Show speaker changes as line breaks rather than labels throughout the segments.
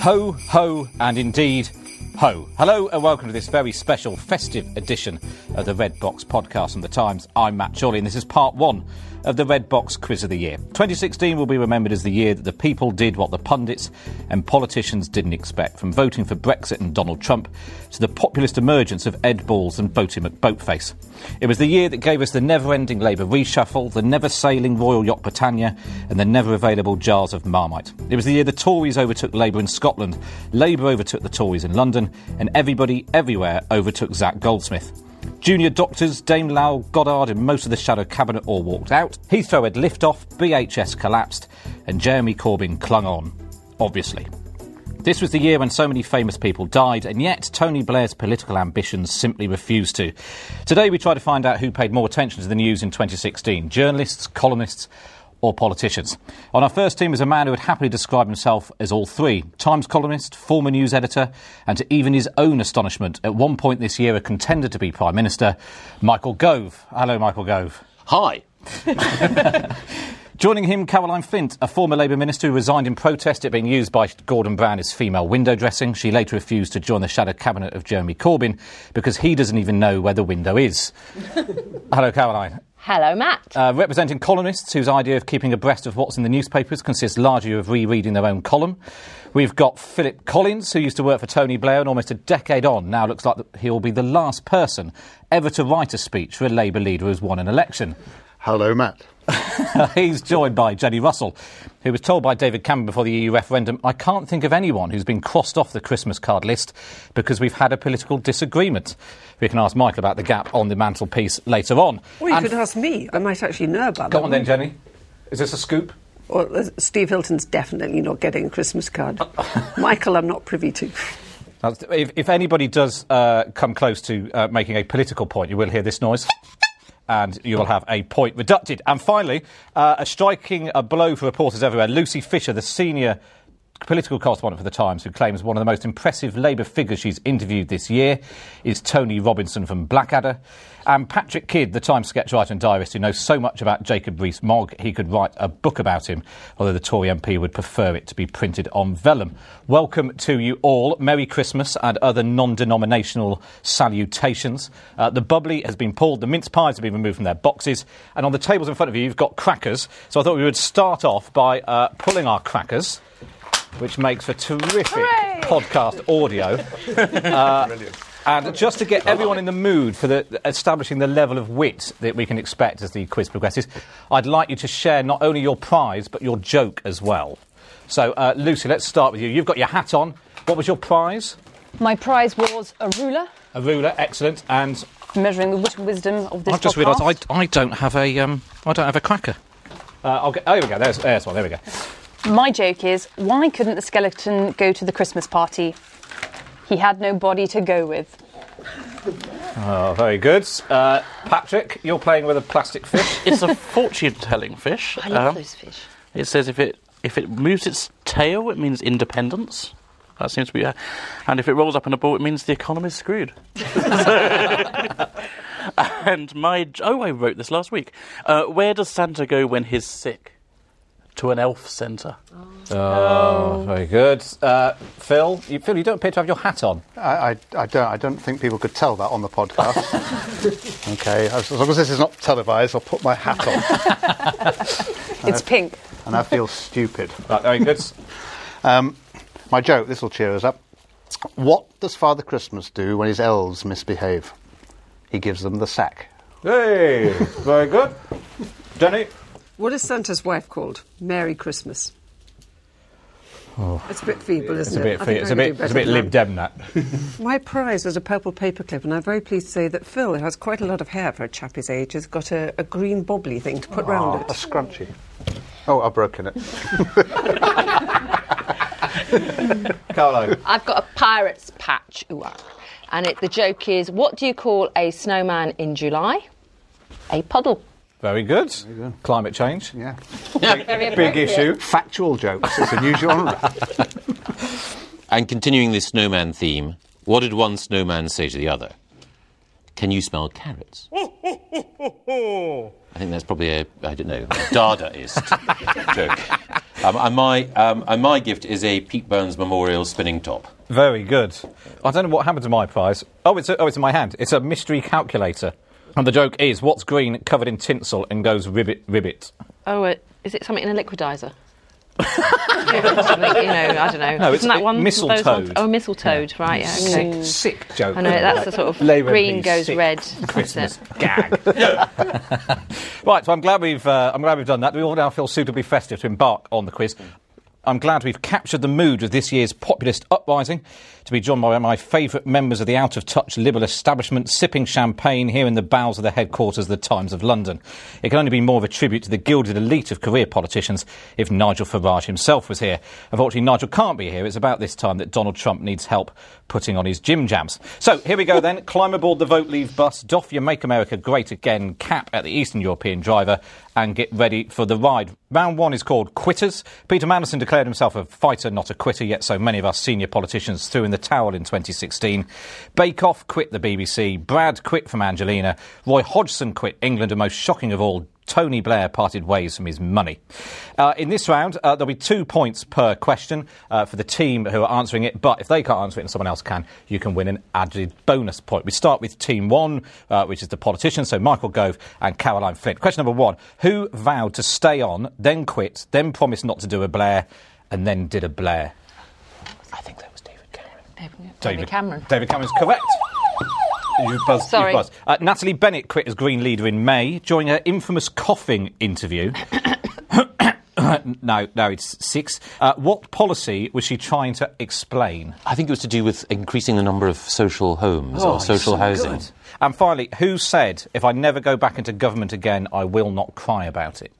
Ho, ho, and indeed, ho. Hello, and welcome to this very special festive edition of the Red Box podcast from The Times. I'm Matt Chorley, and this is part one of the Red Box Quiz of the Year. 2016 will be remembered as the year that the people did what the pundits and politicians didn't expect, from voting for Brexit and Donald Trump to the populist emergence of Ed Balls and Boaty McBoatface. It was the year that gave us the never ending Labour reshuffle, the never sailing Royal Yacht Britannia, and the never available jars of Marmite. It was the year the Tories overtook Labour in Scotland, Labour overtook the Tories in London, and everybody everywhere overtook Zach Goldsmith. Junior doctors, Dame Lowell, Goddard, and most of the shadow cabinet all walked out. Heathrow had liftoff, BHS collapsed, and Jeremy Corbyn clung on. Obviously. This was the year when so many famous people died, and yet Tony Blair's political ambitions simply refused to. Today we try to find out who paid more attention to the news in 2016 journalists, columnists, or politicians. On our first team is a man who would happily describe himself as all three Times columnist, former news editor, and to even his own astonishment, at one point this year a contender to be Prime Minister, Michael Gove. Hello, Michael Gove.
Hi.
Joining him, Caroline Flint, a former Labour minister who resigned in protest at being used by Gordon Brown as female window dressing. She later refused to join the shadow cabinet of Jeremy Corbyn because he doesn't even know where the window is. Hello, Caroline.
Hello, Matt.
Uh, representing columnists whose idea of keeping abreast of what's in the newspapers consists largely of rereading their own column. We've got Philip Collins, who used to work for Tony Blair and almost a decade on now looks like he'll be the last person ever to write a speech for a Labour leader who's won an election.
Hello, Matt.
He's joined by Jenny Russell, who was told by David Cameron before the EU referendum, I can't think of anyone who's been crossed off the Christmas card list because we've had a political disagreement. We can ask Michael about the gap on the mantelpiece later on.
Well, you
And-
could ask me. I might actually know about that.
Go on then, Jenny. Is this a scoop?
Well, uh, Steve Hilton's definitely not getting a Christmas card. Michael, I'm not privy to.
That's- If, if anybody does uh, come close to uh, making a political point, you will hear this noise. And you will have a point reducted. And finally, uh, a striking uh blow for reporters everywhere. Lucy Fisher, the senior political correspondent for The Times, who claims one of the most impressive Labour figures she's interviewed this year is Tony Robinson from Blackadder. And Patrick Kidd, the Times sketch writer and diarist, who knows so much about Jacob Rees Mogg, he could write a book about him, although the Tory MP would prefer it to be printed on vellum. Welcome to you all. Merry Christmas and other non denominational salutations. Uh, the bubbly has been pulled, the mince pies have been removed from their boxes, and on the tables in front of you, you've got crackers. So I thought we would start off by uh, pulling our crackers which makes for terrific
Hooray!
podcast audio.
Brilliant.
And just to get everyone in the mood for the, establishing the level of wit that we can expect as the quiz progresses, I'd like you to share not only your prize but your joke as well. So, uh, Lucy, let's start with you. You've got your hat on. What was your prize?
My prize was a ruler
A ruler, excellent. And
measuring the wit and wisdom of this
I've just
podcast.
realised I, I don't have a um, I don't have a cracker. Uh, I'll get, oh, here we go. There's, there's one. There we go.
My joke is why couldn't the skeleton go to the Christmas party? He had no body to go with.
Oh, very good. Uh, Patrick, you're playing with a plastic fish.
It's a fortune telling fish.
I love
Um,
those fish.
It says if it if it moves its tail, it means independence. That seems to be, uh, and if it rolls up in a ball, it means the economy's screwed. and my j- oh, I wrote this last week. Uh, where does Santa go when he's sick? To an elf centre.
Oh, very good. Uh, Phil, you, Phil, you don't appear to have your hat on.
I, I, I, don't, I don't think people could tell that on the podcast. okay, as, as long as this is not televised, I'll put my hat on
It's
Uh,
pink.
and I feel stupid. Um,
Right, very good.
My joke, this will cheer us up. What does Father Christmas do when his elves misbehave? He gives them the sack.
hey, very good. Jenny?
What is Santa's wife called? Merry Christmas. It's a bit feeble,
Oh. It's
isn't
a bit,
it? I
fe-
think
it's
I
a
could do
bit, it's a
better
bit
than
Lib
that.
Dem that.
My prize was a purple paperclip, and I'm very pleased to say that Phil, who has quite a lot of hair for a chap his age, has got a, a green bobbly thing to put
Oh,
round
Ah, A
it.
scrunchie. Oh, I've broken it.
Carlo.
I've got a pirate's patch. Ooh, ah. and it, the joke is what do you call a snowman in July? A puddle.
Very good. Climate change.
Yeah.
Big issue.
Factual jokes. It's a new genre.
And continuing this snowman theme, what did one snowman say to the other? Can you smell carrots? I think that's probably a, I don't know, a Dadaist joke. Um, and, my, um, and my gift is a Pete Burns Memorial spinning top.
Very good. I don't know what happened to my prize. Oh, it's oh, it's in my hand. It's a mystery calculator. And the joke is, what's green, covered in tinsel, and goes ribbit, ribbit?
Oh, uh, is it something in a liquidizer? something, you know, I don't know.
No, it's
Isn't that
it-
one those ones-
mistletoe.
Oh, mistletoe, right? Yeah, okay.
Sick joke.
I know that's the sort of
Labour
green
MP's
goes
sick
red. That's
Christmas
it.
gag. right, so I'm glad we've uh, I'm glad we've done that. We all now feel suitably festive to embark on the quiz. I'm glad we've captured the mood of this year's populist uprising to be joined by my favourite members of the out of touch liberal establishment sipping champagne here in the bowels of the headquarters of the Times of London. It can only be more of a tribute to the gilded elite of career politicians if Nigel Farage himself was here. Unfortunately, Nigel can't be here. It's about this time that Donald Trump needs help putting on his gym jams. So here we go then. Climb aboard the Vote Leave bus, doff your Make America Great Again cap at the Eastern European driver, and get ready for the ride. Round one is called Quitters. Peter Mandelson declared himself a fighter, not a quitter, yet so many of us senior politicians threw in the towel in 2016. Bake Off quit the BBC, Brad quit from Angelina, Roy Hodgson quit England, and most shocking of all, Tony Blair parted ways from his money. Uh, in this round, uh, there'll be two points per question uh, for the team who are answering it, but if they can't answer it and someone else can, you can win an added bonus point. We start with team one, uh, which is the politicians, so Michael Gove and Caroline Flint. Question number one Who vowed to stay on, then quit, then promised not to do a Blair, and then did a Blair? I think that was David Cameron.
David, Cameron.
David Cameron's correct. You've buzzed. you've
Sorry.
buzzed. Uh, Natalie Bennett quit as Green leader in May during her infamous coughing interview. no, no, it's six. Uh, what policy was she trying to explain?
I think it was to do with increasing the number of social homes or social housing.
And finally, who said, if I never go back into government again, I will not cry about it?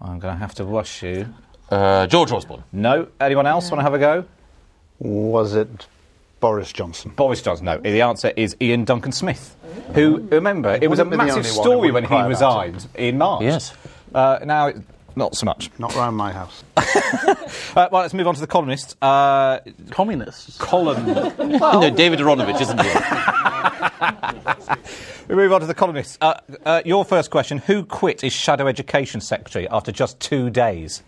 I'm going to have to rush you.
Uh, George Osborne.
No? Anyone else want to have a go?
Was it Boris Johnson?
Boris Johnson, no. The answer is Ian Duncan Smith, who, remember, it was a
Wouldn't have been the
massive
only one
story
who
when
wouldn't
he
cry about
resigned in March.
Yes.
Uh, now, it- not so much.
Not round my house.
Uh, well, let's move on to the columnists. Uh,
Communists.
column.
no, David Aronovich, isn't he?
we move on to the columnists. Uh, uh, your first question Who quit his shadow education secretary after just two days?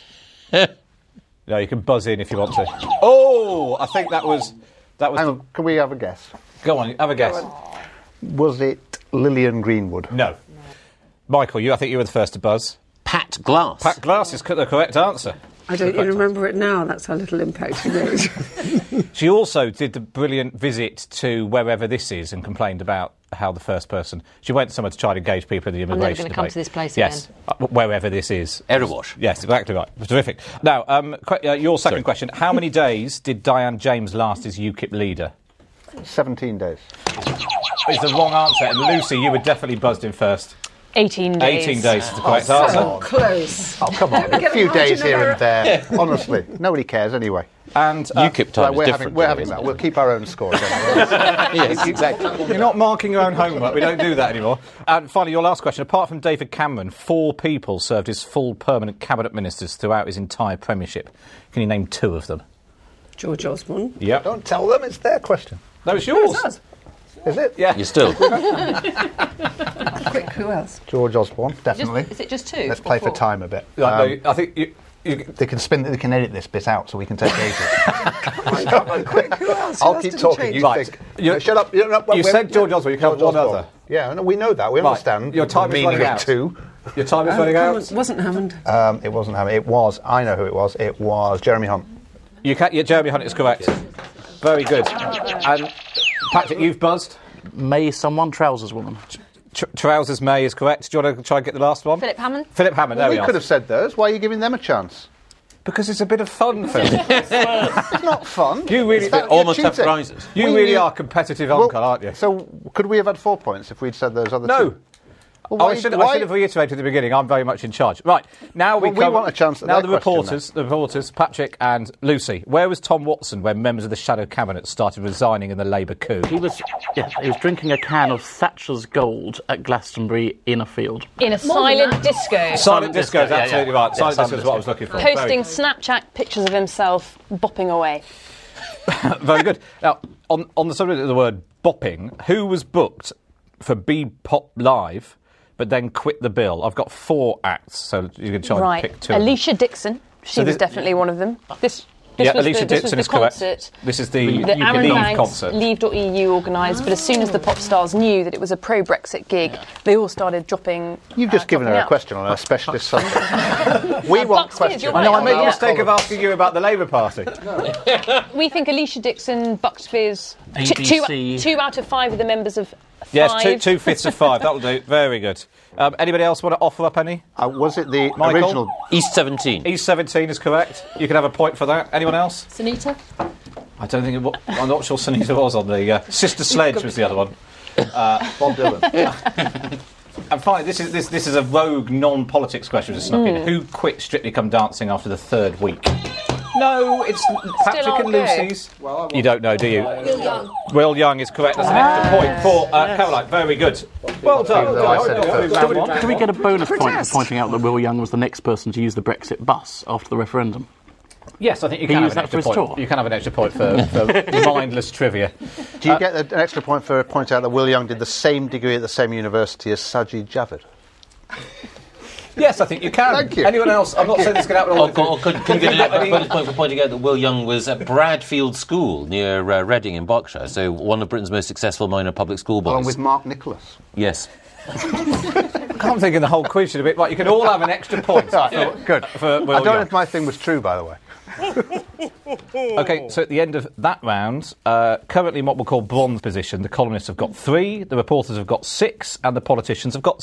no, you can buzz in if you want to. Oh, I think that was. That was.
Hang on, can we have a guess?
Go on, have a guess.
Was it Lillian Greenwood?
No. Michael, you. I think you were the first to buzz.
Pat Glass.
Pat Glass is co- the correct answer.
I don't even remember it now. That's how little impact it made.
She also did the brilliant visit to wherever this is and complained about how the first person. She went somewhere to try to engage people in the
never
immigration.
gonna come
debate.
to this place
yes,
again.
Uh, wherever this is.
Erewash.
Yes, exactly right. Terrific. Now, um, que- uh, your second
Sorry.
question. How many days did Diane James last as UKIP leader?
17 days.
It's the wrong answer. And Lucy, you were definitely buzzed in first.
18 days.
18 days is
Oh,
the correct
so
answer.
close.
Oh, come on. a
get
few
a margin
days
of
here
error.
and there. Honestly, nobody cares anyway.
And uh,
UKIP
Right,
time is
we're
different.
having, we're having that. We'll keep our own score. don't we?
Yes,
You're not marking your own homework. We don't do that anymore. And finally, your last question. Apart from David Cameron, four people served as full permanent cabinet ministers throughout his entire premiership. Can you name two of them?
George Osborne.
Yep.
Don't tell them. It's their question.
That was yours.
Is it?
Yeah.
You're still.
Quick, who else?
George Osborne,
Just,
definitely.
is it just two?
Let's
or
play for
four?
time a bit. Um,
Right, no, I think you, you,
they can spin. They can edit this bit out so we can take ages.
Quick, who else? Who
I'll
else
keep
didn't
talking.
change?
You
Right.
think?
You-
No, shut up. You, no,
you
wait,
said
wait.
George Osborne, you can have
George
one
Osborne.
other.
Yeah, no, we know that. We
Right.
understand.
Your time
the
is
meaning
running
of
out.
two.
your time is
Oh,
running
Hammond-
out.
Wasn't Hammond.
Um, it wasn't him. It was. I know who it was. It was Jeremy Hunt.
You can, yeah, Jeremy Hunt is correct. Very good. And Patrick, you've buzzed.
May someone trousers woman.
Tr- trousers May is correct. Do you want to try and get the last one?
Philip Hammond.
Philip Hammond, there
we
we are.
could have said those. Why are you giving them a chance?
Because it's a bit of fun, Philip.
It's not fun.
You really-
It's about-
They
you're
almost have
cheating.
prizes.
You
We
really
knew-
are competitive
Well,
uncle, aren't you?
So could we have had four points if we'd said those other
No.
two? Well, why-
Oh, I, should, I
why-
should have reiterated at the beginning. I'm very much in charge. Right now we,
Well, we
come-
want a chance at
now
that
the
question,
reporters, the reporters, Patrick and Lucy. Where was Tom Watson when members of the shadow cabinet started resigning in the Labour coup?
He was, yeah, he was drinking a can of Thatcher's Gold at Glastonbury in a field.
In a silent disco.
Silent disco is
disco, yeah,
absolutely
yeah.
right.
Yeah,
silent
silent
disco is what I was
disco.
looking for.
Posting
Very,
Snapchat pictures of himself bopping away.
very good. Now, on on the subject of the word bopping, who was booked for B Pop Live but then quit the bill. I've got four acts, so you can try
right.
and pick two. of them.
Alicia Dixon. She
So
was
thi-
definitely one of them. This, this
yeah,
was
Alicia
the, this
Dixon
was
is
the concert.
correct. This is the,
that
you can
Aaron
leave
Banks,
concert.
Leave.eu organised, E but as soon as the pop stars knew that it was a pro Brexit gig, they all started dropping.
You've just
uh,
given her
dropping
a
out.
question on a specialist subject. we want
Bucks Fizz,
questions.
you're right. No, I made the
Our
mistake
column.
asking you about the Labour Party.
We think Alicia Dixon, Bucks Fizz, t- two,
ABC.
two out of five of the members of. Five.
yes, two, two fifths of five. That'll do. Very good. Um, anybody else want to offer up any?
Uh, was it the
Michael?
original?
East 17.
E17 is correct. You can have a point for that. Anyone else?
Sunita?
I don't think. It, wa- I'm not sure Sunita was on the uh, Sister Sledge was the other one.
Bob Dylan.
And finally, this is this this is a rogue non-politics question. Just snuck in. Who quit Strictly Come Dancing after the third week? No, it's Patrick
aren't
and
good.
Lucy's. you don't know, do you? Will Young. Will Young is correct. That's an extra point for uh, Caroline. Very good. Well done.
though I said it first.
Round one.
Can we get a bonus point for
Protest.
pointing out that Will Young was the next person to use the Brexit bus after the referendum?
Yes, I think you
He
can have
used
an
that
extra
for his
point.
talk.
You can have an extra point for, for mindless trivia.
Do you get a- an extra point for point out that Will Young did the same degree at the same university as Sajid Javid?
Yes, I think you can.
Thank you.
Anyone else? I'm not saying this can happen. all
Or,
the time.
co- or could, could oh, you get a bonus point for pointing out that Will Young was at Bradfield School near uh, Reading in Berkshire, so one of Britain's most successful minor public school boys.
Along Oh, with Mark Nicholas.
Uh,
yes.
I'm thinking the whole quiz should have been right. You can all have an extra point.
Good.
For Will
I don't know
Young.
if my thing was true, by the way.
Okay, so at the end of that round, uh, currently in what we'll call bronze position, the columnists have got three, the reporters have got six, and the politicians have got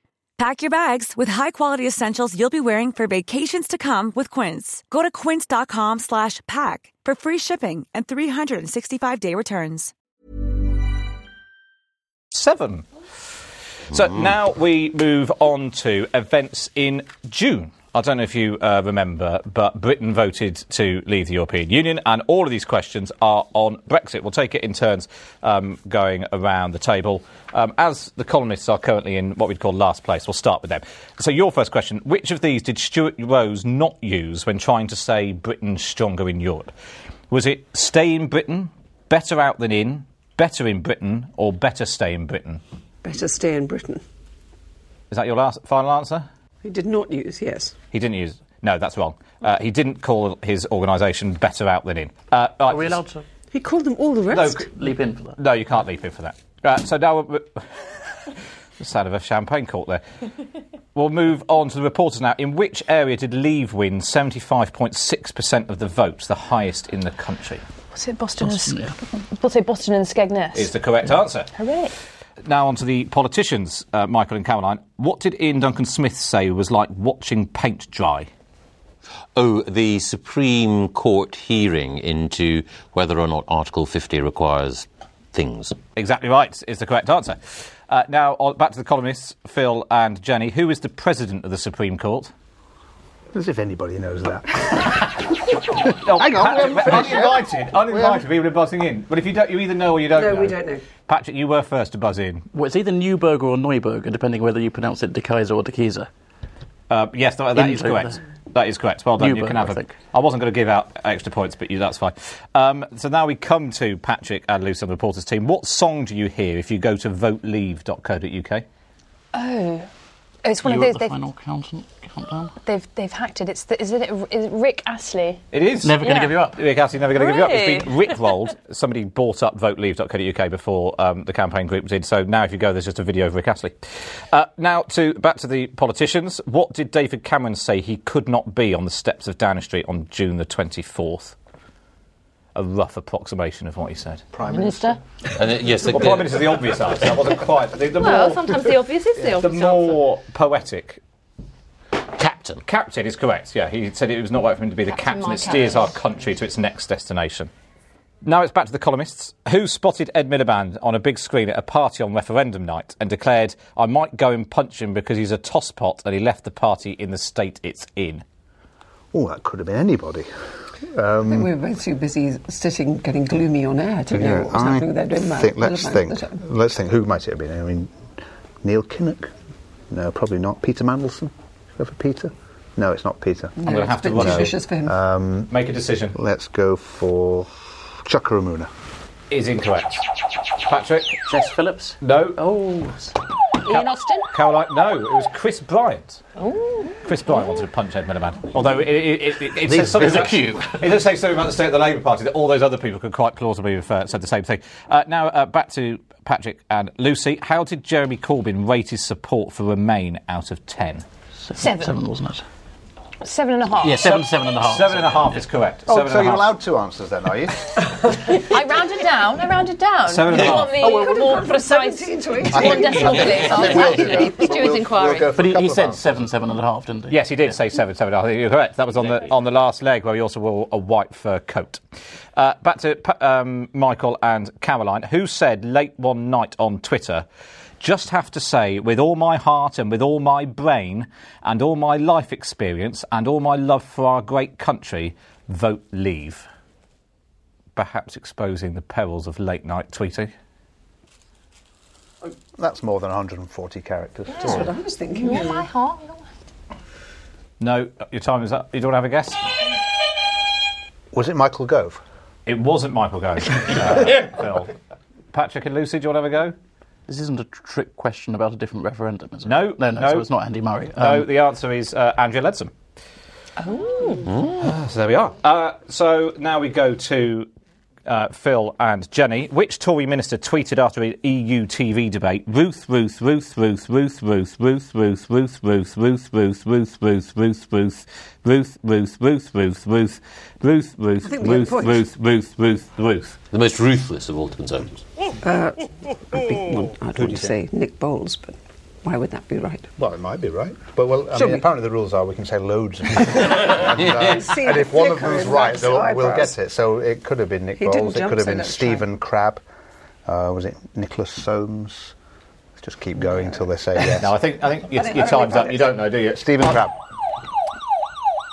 Pack your bags with high-quality essentials you'll be wearing for vacations to come with Quince. Go to quince.com slash pack for free shipping and 365-day returns.
seven. So now we move on to events in June. I don't know if you uh, remember, but Britain voted to leave the European Union, and all of these questions are on Brexit. We'll take it in turns um, going around the table. Um, as the colonists are currently in what we'd call last place, we'll start with them. So, your first question Which of these did Stuart Rose not use when trying to say Britain stronger in Europe? Was it stay in Britain, better out than in, better in Britain, or better stay in Britain?
Better stay in Britain.
Is that your last final answer?
He did not use, yes.
He didn't use. No, that's wrong. Uh, he didn't call his organisation better out than in. Uh, right.
Are we allowed to
He called them all the
No,
rest.
c-
leap in for that?
no, you can't leap in for that. Uh, so now, we're- the sound of a champagne cork there. We'll move on to the reporters now. In which area did Leave win 75.6% of the votes, the highest in the country?
Was it Boston, and Sk- was it Boston and Skegness?
Is the correct answer.
Hooray.
Now on to the politicians, uh, Michael and Caroline. What did Ian Duncan Smith say was like watching paint dry?
Oh, the Supreme Court hearing into whether or not Article 50 requires things.
Exactly right is the correct answer. Uh, now on, back to the columnists, Phil and Jenny. Who is the president of the Supreme Court?
As if anybody knows that.
Oh,
Hang on, we haven't finished yet.
uninvited, uninvited. People are buzzing in. But if you don't, you either know or you don't.
No,
know.
we don't know.
Patrick, you were first to buzz in.
Well, it's either Newburger or Neuburger, depending whether you pronounce it De Kaiser or De Kaiser.
Uh, yes, that, that is
Into
correct.
the-
That is correct. Well done.
Newburgh,
you can have
I
a-
think.
I wasn't going to give out extra points, but you, that's fine. Um, so now we come to Patrick and Lucy on the reporters team. What song do you hear if you go to voteleave.co.uk?
Oh. Oh, It's one
you
of those.
at the
They've,
final count- countdown.
they've, they've hacked it. It's the, is, it, is it Rick Astley?
It is.
Never going to
Yeah.
give you up.
Rick Astley never going to give you up. It's
Hooray.
been Rickrolled. Somebody bought up voteleave.co.uk before um, the campaign group did. So now, if you go, there's just a video of Rick Astley. Uh, now, to back to the politicians. What did David Cameron say he could not be on the steps of Downing Street on June the 24th? a rough approximation of what he said?
Prime
Minister.
And it- yes,
well,
it-
Prime Minister is the obvious answer. That wasn't quite. The, the
Well,
more,
sometimes the obvious is the obvious
The more poetic. Captain. Captain is correct. Yeah, he said it was not right for him to be the captain,
Captain my
that steers our country to its next destination. Now it's back to the columnists. Who spotted Ed Miliband on a big screen at a party on referendum night and declared, I might go and punch him because he's a tosspot and he left the party in the state it's in?
Oh, that could have been anybody.
I think
Um,
we were both too busy sitting, getting gloomy on air to know what was
I
happening with Edwin Mount.
think, let's
Miliband
think.
at the time.
Let's think. Who might it have been? I mean, Neil Kinnock? No, probably not. Peter Mandelson? Go for Peter? No, it's not Peter.
No, I'm gonna it's have a to bit rush it. judicious for him.
Um,
Make a decision.
Let's go for Chakaramuna.
Is incorrect. Patrick?
Jess Phillips?
No. Oh.
Ian Austin?
Caroline? No, it was Chris Bryant.
Oh.
Chris Bryant wanted to punch Ed Miliband. Although it, it, it, it, it
These
says something
bits are
about- It does say something about the state of the Labour Party that all those other people could quite plausibly have uh, said the same thing. Uh, now uh, back to Patrick and Lucy. How did Jeremy Corbyn rate his support for Remain out of ten?
Seven.
Seven, wasn't it?
Seven and a half.
Yeah, seven- seven and a half. Seven and a half is correct.
Oh,
Seven and
so
a
you're
half.
allowed two answers then, are you?
I rounded down. I rounded down.
Seven and a
You
half.
want me
Oh, well,
more precise? One decimal, please. I'll actually Stuart's inquiry.
but he, he said seven, seven and a half, didn't he?
Yes, he did say seven, seven and a half. You're correct. That was on the on the last leg where he also wore a white fur coat. Uh, back to Pa- um, Michael and Caroline, who said late one night on Twitter, "Just have to say, with all my heart and with all my brain and all my life experience and all my love for our great country, vote Leave." Perhaps exposing the perils of late night tweeting.
That's more than 140 characters.
That's what I was thinking.
Yeah, my heart.
No, your time is up. You don't have a guess.
Was it Michael Gove?
It wasn't Michael Gove. uh, Phil. Patrick and Lucy, do you want to have a go?
This isn't a trick question about a different referendum, is it?
No,
No, no,
no.
so it's not Andy Murray.
No,
Um,
the answer is uh, Andrea Leadsom. Oh. so there we are. Uh, so now we go to uh, Phil and Jenny. Which Tory minister tweeted after an EU TV debate, Ruth, Ruth, Ruth, Ruth, Ruth, Ruth, Ruth, Ruth, Ruth, Ruth, Ruth, Ruth, Ruth, Ruth, Ruth, Ruth, Ruth, Ruth, Ruth, Ruth, Ruth, Ruth, Ruth,
think we get
Ruth,
points.
Ruth, Ruth, Ruth, Ruth.
The most ruthless of all Conservatives.
Uh, I'd, be, well, I'd
Who do
want
you
to
say?
say Nick Bowles, but why would that be right?
Well, it might be right. But, well, I
Shall
mean,
we-
apparently the rules are we can say loads of people. and, uh,
See
and
the
if one of
flicker
them's
in
right,
Max's
they'll, we'll
eyebrows.
get it. So it could have been Nick
He didn't
Bowles, it
jump,
could have
so
been
that's right.
Stephen Crabb, uh, was it Nicholas Soames? Let's just keep going until they say yes.
No, I think I think your,
I don't-
your
I don't
time's
think
up.
I-
You don't know, do you?
Stephen Crabb.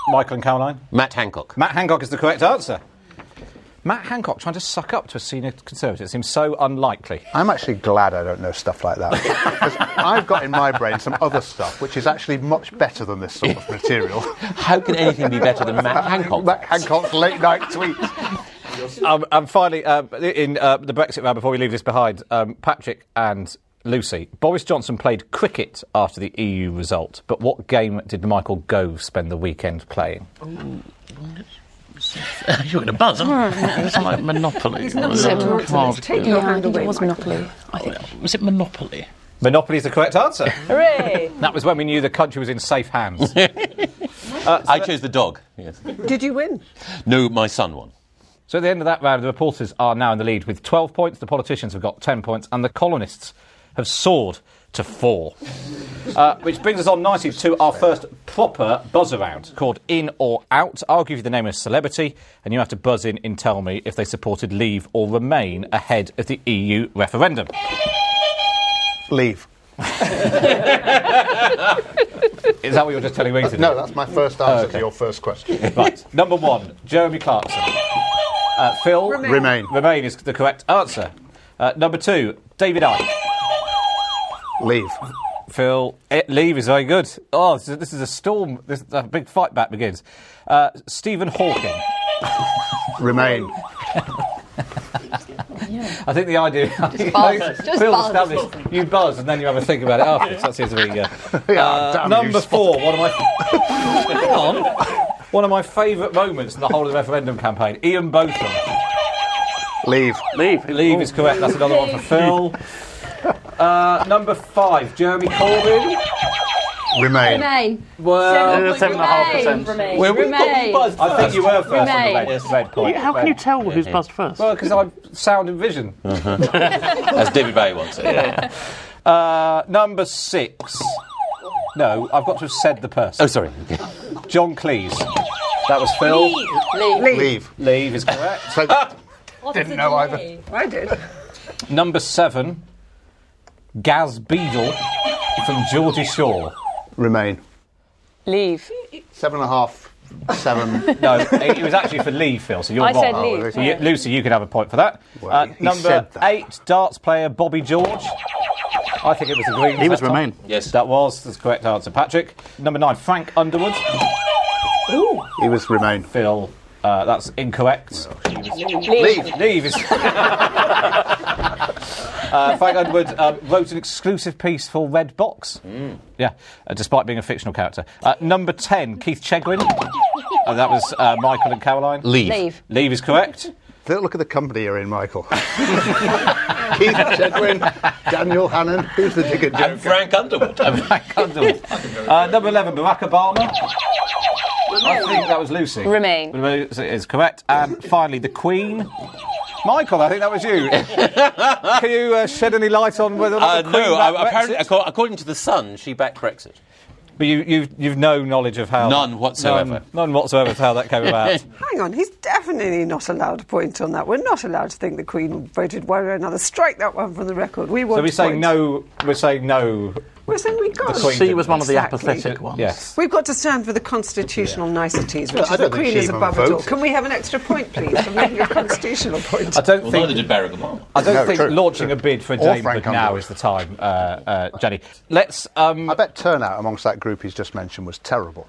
Michael and Caroline.
Matt Hancock.
Matt Hancock is the correct answer. Matt Hancock trying to suck up to a senior conservative seems so unlikely.
I'm actually glad I don't know stuff like that. 'Cause I've got in my brain some other stuff which is actually much better than this sort of material.
How can anything be better than Matt Hancock?
Matt Hancock's late night tweets.
Um, and finally, uh, in uh, the Brexit round, before we leave this behind, um, Patrick and Lucy. Boris Johnson played cricket after the EU result, but what game did Michael Gove spend the weekend playing?
Um, You're going to buzz, aren't you? It's like Monopoly.
He's not
Was
said
it
to answer
card
this. Take
game?
your hand away. Michael.
I think.
Was it Monopoly?
Monopoly is the correct answer.
Hooray!
that was when we knew the country was in safe hands.
I chose the dog. Yes.
Did you win?
No, my son won.
So at the end of that round, the reporters are now in the lead with 12 points, the politicians have got 10 points, and the colonists have soared to four. Uh, which brings us on nicely to our first proper buzz around called In or Out. I'll give you the name of a celebrity, and you have to buzz in and tell me if they supported Leave or Remain ahead of the EU referendum.
Leave.
Is that what you're just telling me to do?
Uh, No, that's my first answer
Okay.
to your first question.
Right. Number one, Jeremy Clarkson. Uh, Phil?
Remain.
Remain.
Remain is the correct answer. Uh, number two, David Icke.
Leave.
Phil, it, leave is very good. Oh, this is, this is a storm. This, a big fight back begins. Uh, Stephen Hawking.
Remain.
I think the idea. Just
buzz. Just
Phil
buzz.
established. You buzz and then you have a think about it afterwards. That seems to be. Uh,
Yeah,
uh,
damn you,
number
Spot.
four. One of my. hang on. One of my favourite moments in the whole of the referendum campaign. Ian Botham.
Leave.
Leave.
Leave is correct. That's another one for Phil. Uh, number five. Jeremy Corbyn.
Remain.
Remain.
Well,
Seven point Remain. Remain.
Well, we thought you
Remain.
buzzed I think you were first on the
Remain.
red, red coin.
How can you tell who's buzzed first?
Well, because I'm sound and vision.
As David Bowie wants it.
Yeah. Uh, number six. No, I've got to have said the person. Oh,
sorry.
John Cleese. That was Phil.
Leave.
Leave. Leave is correct. Didn't know either.
I did.
Number seven. Gaz Beadle from Geordie Shore.
Remain.
Leave.
Seven and a half, seven.
no, it it was actually for leave, Phil. So you're
I
wrong.
said leave,
So you-
yeah.
Lucy, you can have a point for that. Uh,
he
number
said
eight, darts player Bobby George. I think it was the Greens.
He was
that time.
Remain.
Yes,
that was the correct answer, Patrick. Number nine, Frank Underwood. Ooh.
He was Remain.
Phil, uh, that's incorrect.
Leave.
Leave is. Uh, Frank Underwood um, wrote an exclusive piece for Red Box. Yeah, uh, despite being a fictional character. Uh, number 10, Keith Chegwin. Uh, that was uh, Michael and Caroline.
Leave.
Leave.
Leave is correct.
Don't look at the company you're in, Michael. Keith Chedwin, Daniel Hannon, who's the digger
And
joker?
Frank Underwood. I mean,
Frank Underwood. Uh, number 11, Barack Obama. I think that was Lucy.
Remain.
Lucy is correct. And finally, the Queen. Michael, I think that was you. Can you uh, shed any light on whether or not
uh,
the Queen
no,
backed
I, apparently,
Brexit?
acco- according to The Sun, she backed Brexit.
But you, you've, you've no knowledge of how.
None whatsoever.
None, none whatsoever of how that came about.
Hang on, he's definitely not allowed a point on that. We're not allowed to think the Queen voted one way or another. Strike that one from the record. We want
so we're saying
points.
no. We're saying no.
We're saying we got.
The Queen
C was one of the
Exactly.
apathetic ones.
Yes.
We've got to stand for the constitutional niceties, which
Well, I
is the
don't think
Queen
she
is
even
above it all.
voted.
Can we have an extra point, please, for making a constitutional point?
I don't
Well,
think.
neither did Barack Obama.
I don't
No,
think
true,
launching a
true.
bid for a
Or
Dame
Frank
Hood now
Underwood.
is the time, uh, uh, Jenny. Let's. Um,
I bet turnout amongst that group he's just mentioned was terrible.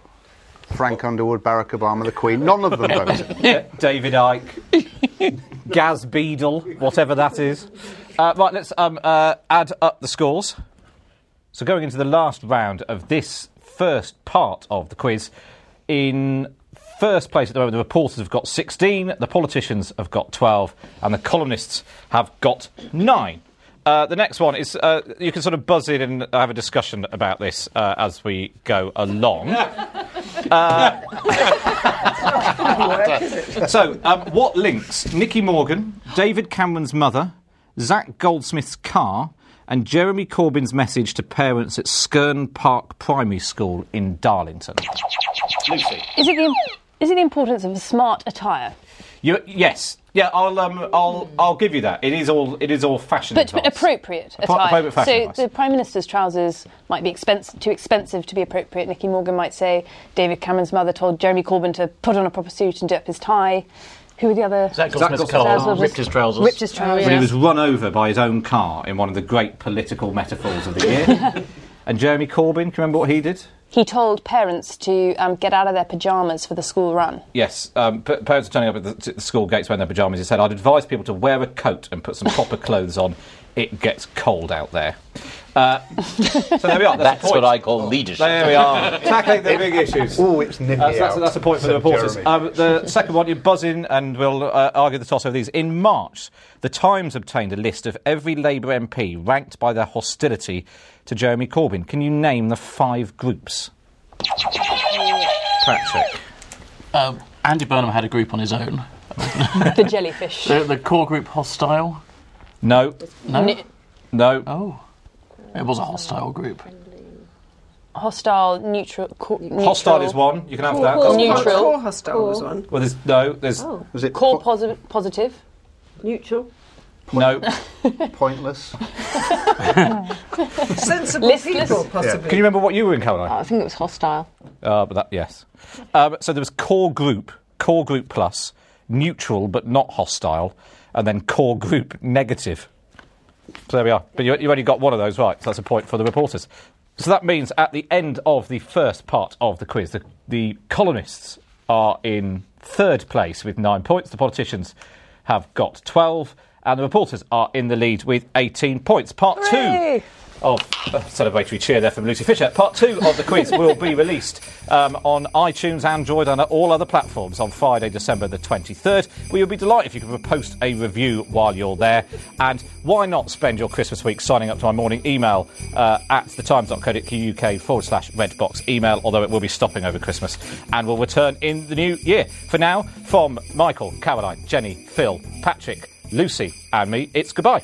Frank Underwood, Barack Obama, the Queen, none of them voted.
Da- David Icke, Gaz Beadle, whatever that is. Uh, right, let's um, uh, add up the scores. So going into the last round of this first part of the quiz, in first place at the moment, the reporters have got 16, the politicians have got 12, and the columnists have got 9. Uh, the next one is uh, you can sort of buzz in and have a discussion about this uh, as we go along. So, um, what links Nicky Morgan, David Cameron's mother, Zach Goldsmith's car, and Jeremy Corbyn's message to parents at Skerne Park Primary School in Darlington? Lucy.
Is it the is it the importance of smart attire?
You, yes. Yeah, I'll, um, I'll, I'll give you that. It is all, it is all fashion
But
advice.
appropriate
Appro-
attire.
appropriate fashion
so
advice.
the prime minister's trousers might be expens- too expensive to be appropriate. Nicky Morgan might say David Cameron's mother told Jeremy Corbyn to put on a proper suit and do up his tie. Who were the other?
Zach
Goldsmith's
Goldsmith's
car
car
Trousers.
ripped his trousers.
Ripped his trousers.
When he was run over by his own car in one of the great political metaphors of the year. and Jeremy Corbyn, can you remember what he did?
He told parents to um, get out of their pajamas for the school run.
Yes, um, p- parents are turning up at the, to the school gates wearing their pyjamas. He said, I'd advise people to wear a coat and put some proper clothes on. It gets cold out there. Uh, so there we are. That's,
That's
a point.
what I call leadership.
There we are. Tackling the big issues.
Oh, it's nimby
That's, that's,
out,
that's a point for the
said
reporters.
Jeremy.
Um, the second one, you buzz in and we'll uh, argue the toss over these. In March, The Times obtained a list of every Labour MP ranked by their hostility to Jeremy Corbyn. Can you name the five groups? Patrick.
Um, Andy Burnham had a group on his own.
The jellyfish.
The, the core group hostile.
No.
No.
Ni-
No.
Oh, it was a hostile group.
hostile, neutral. Co-
Hostile
neutral-
is one. You can have
Cool.
that.
Cool.
That's
Neutral.
fine.
Core hostile was one.
Well, there's no. There's
Oh.
Was it
Core
po-
posi- positive.
Neutral.
no.
pointless?
Sensible
Listless.
people,
Yeah.
possibly.
Can you remember what you were in, Caroline?
I think it was hostile.
Uh, but that yes. Um, so there was core group, core group plus, neutral but not hostile, and then core group negative. So there we are. But you, you only got one of those right. So that's a point for the reporters. So that means at the end of the first part of the quiz, the, the colonists are in third place with nine points. The politicians have got 12. And the reporters are in the lead with 18 points. Part
Hooray!
two of uh, celebratory cheer there from Lucy Fisher. Part two of the quiz will be released um, on iTunes, Android, and all other platforms on Friday, December the 23rd. We would be delighted if you could post a review while you're there. And why not spend your Christmas week signing up to my morning email uh, at thetimes.co.uk forward slash redbox email, although it will be stopping over Christmas and will return in the new year. For now, from Michael, Caroline, Jenny, Phil, Patrick, Lucy, and me, it's goodbye.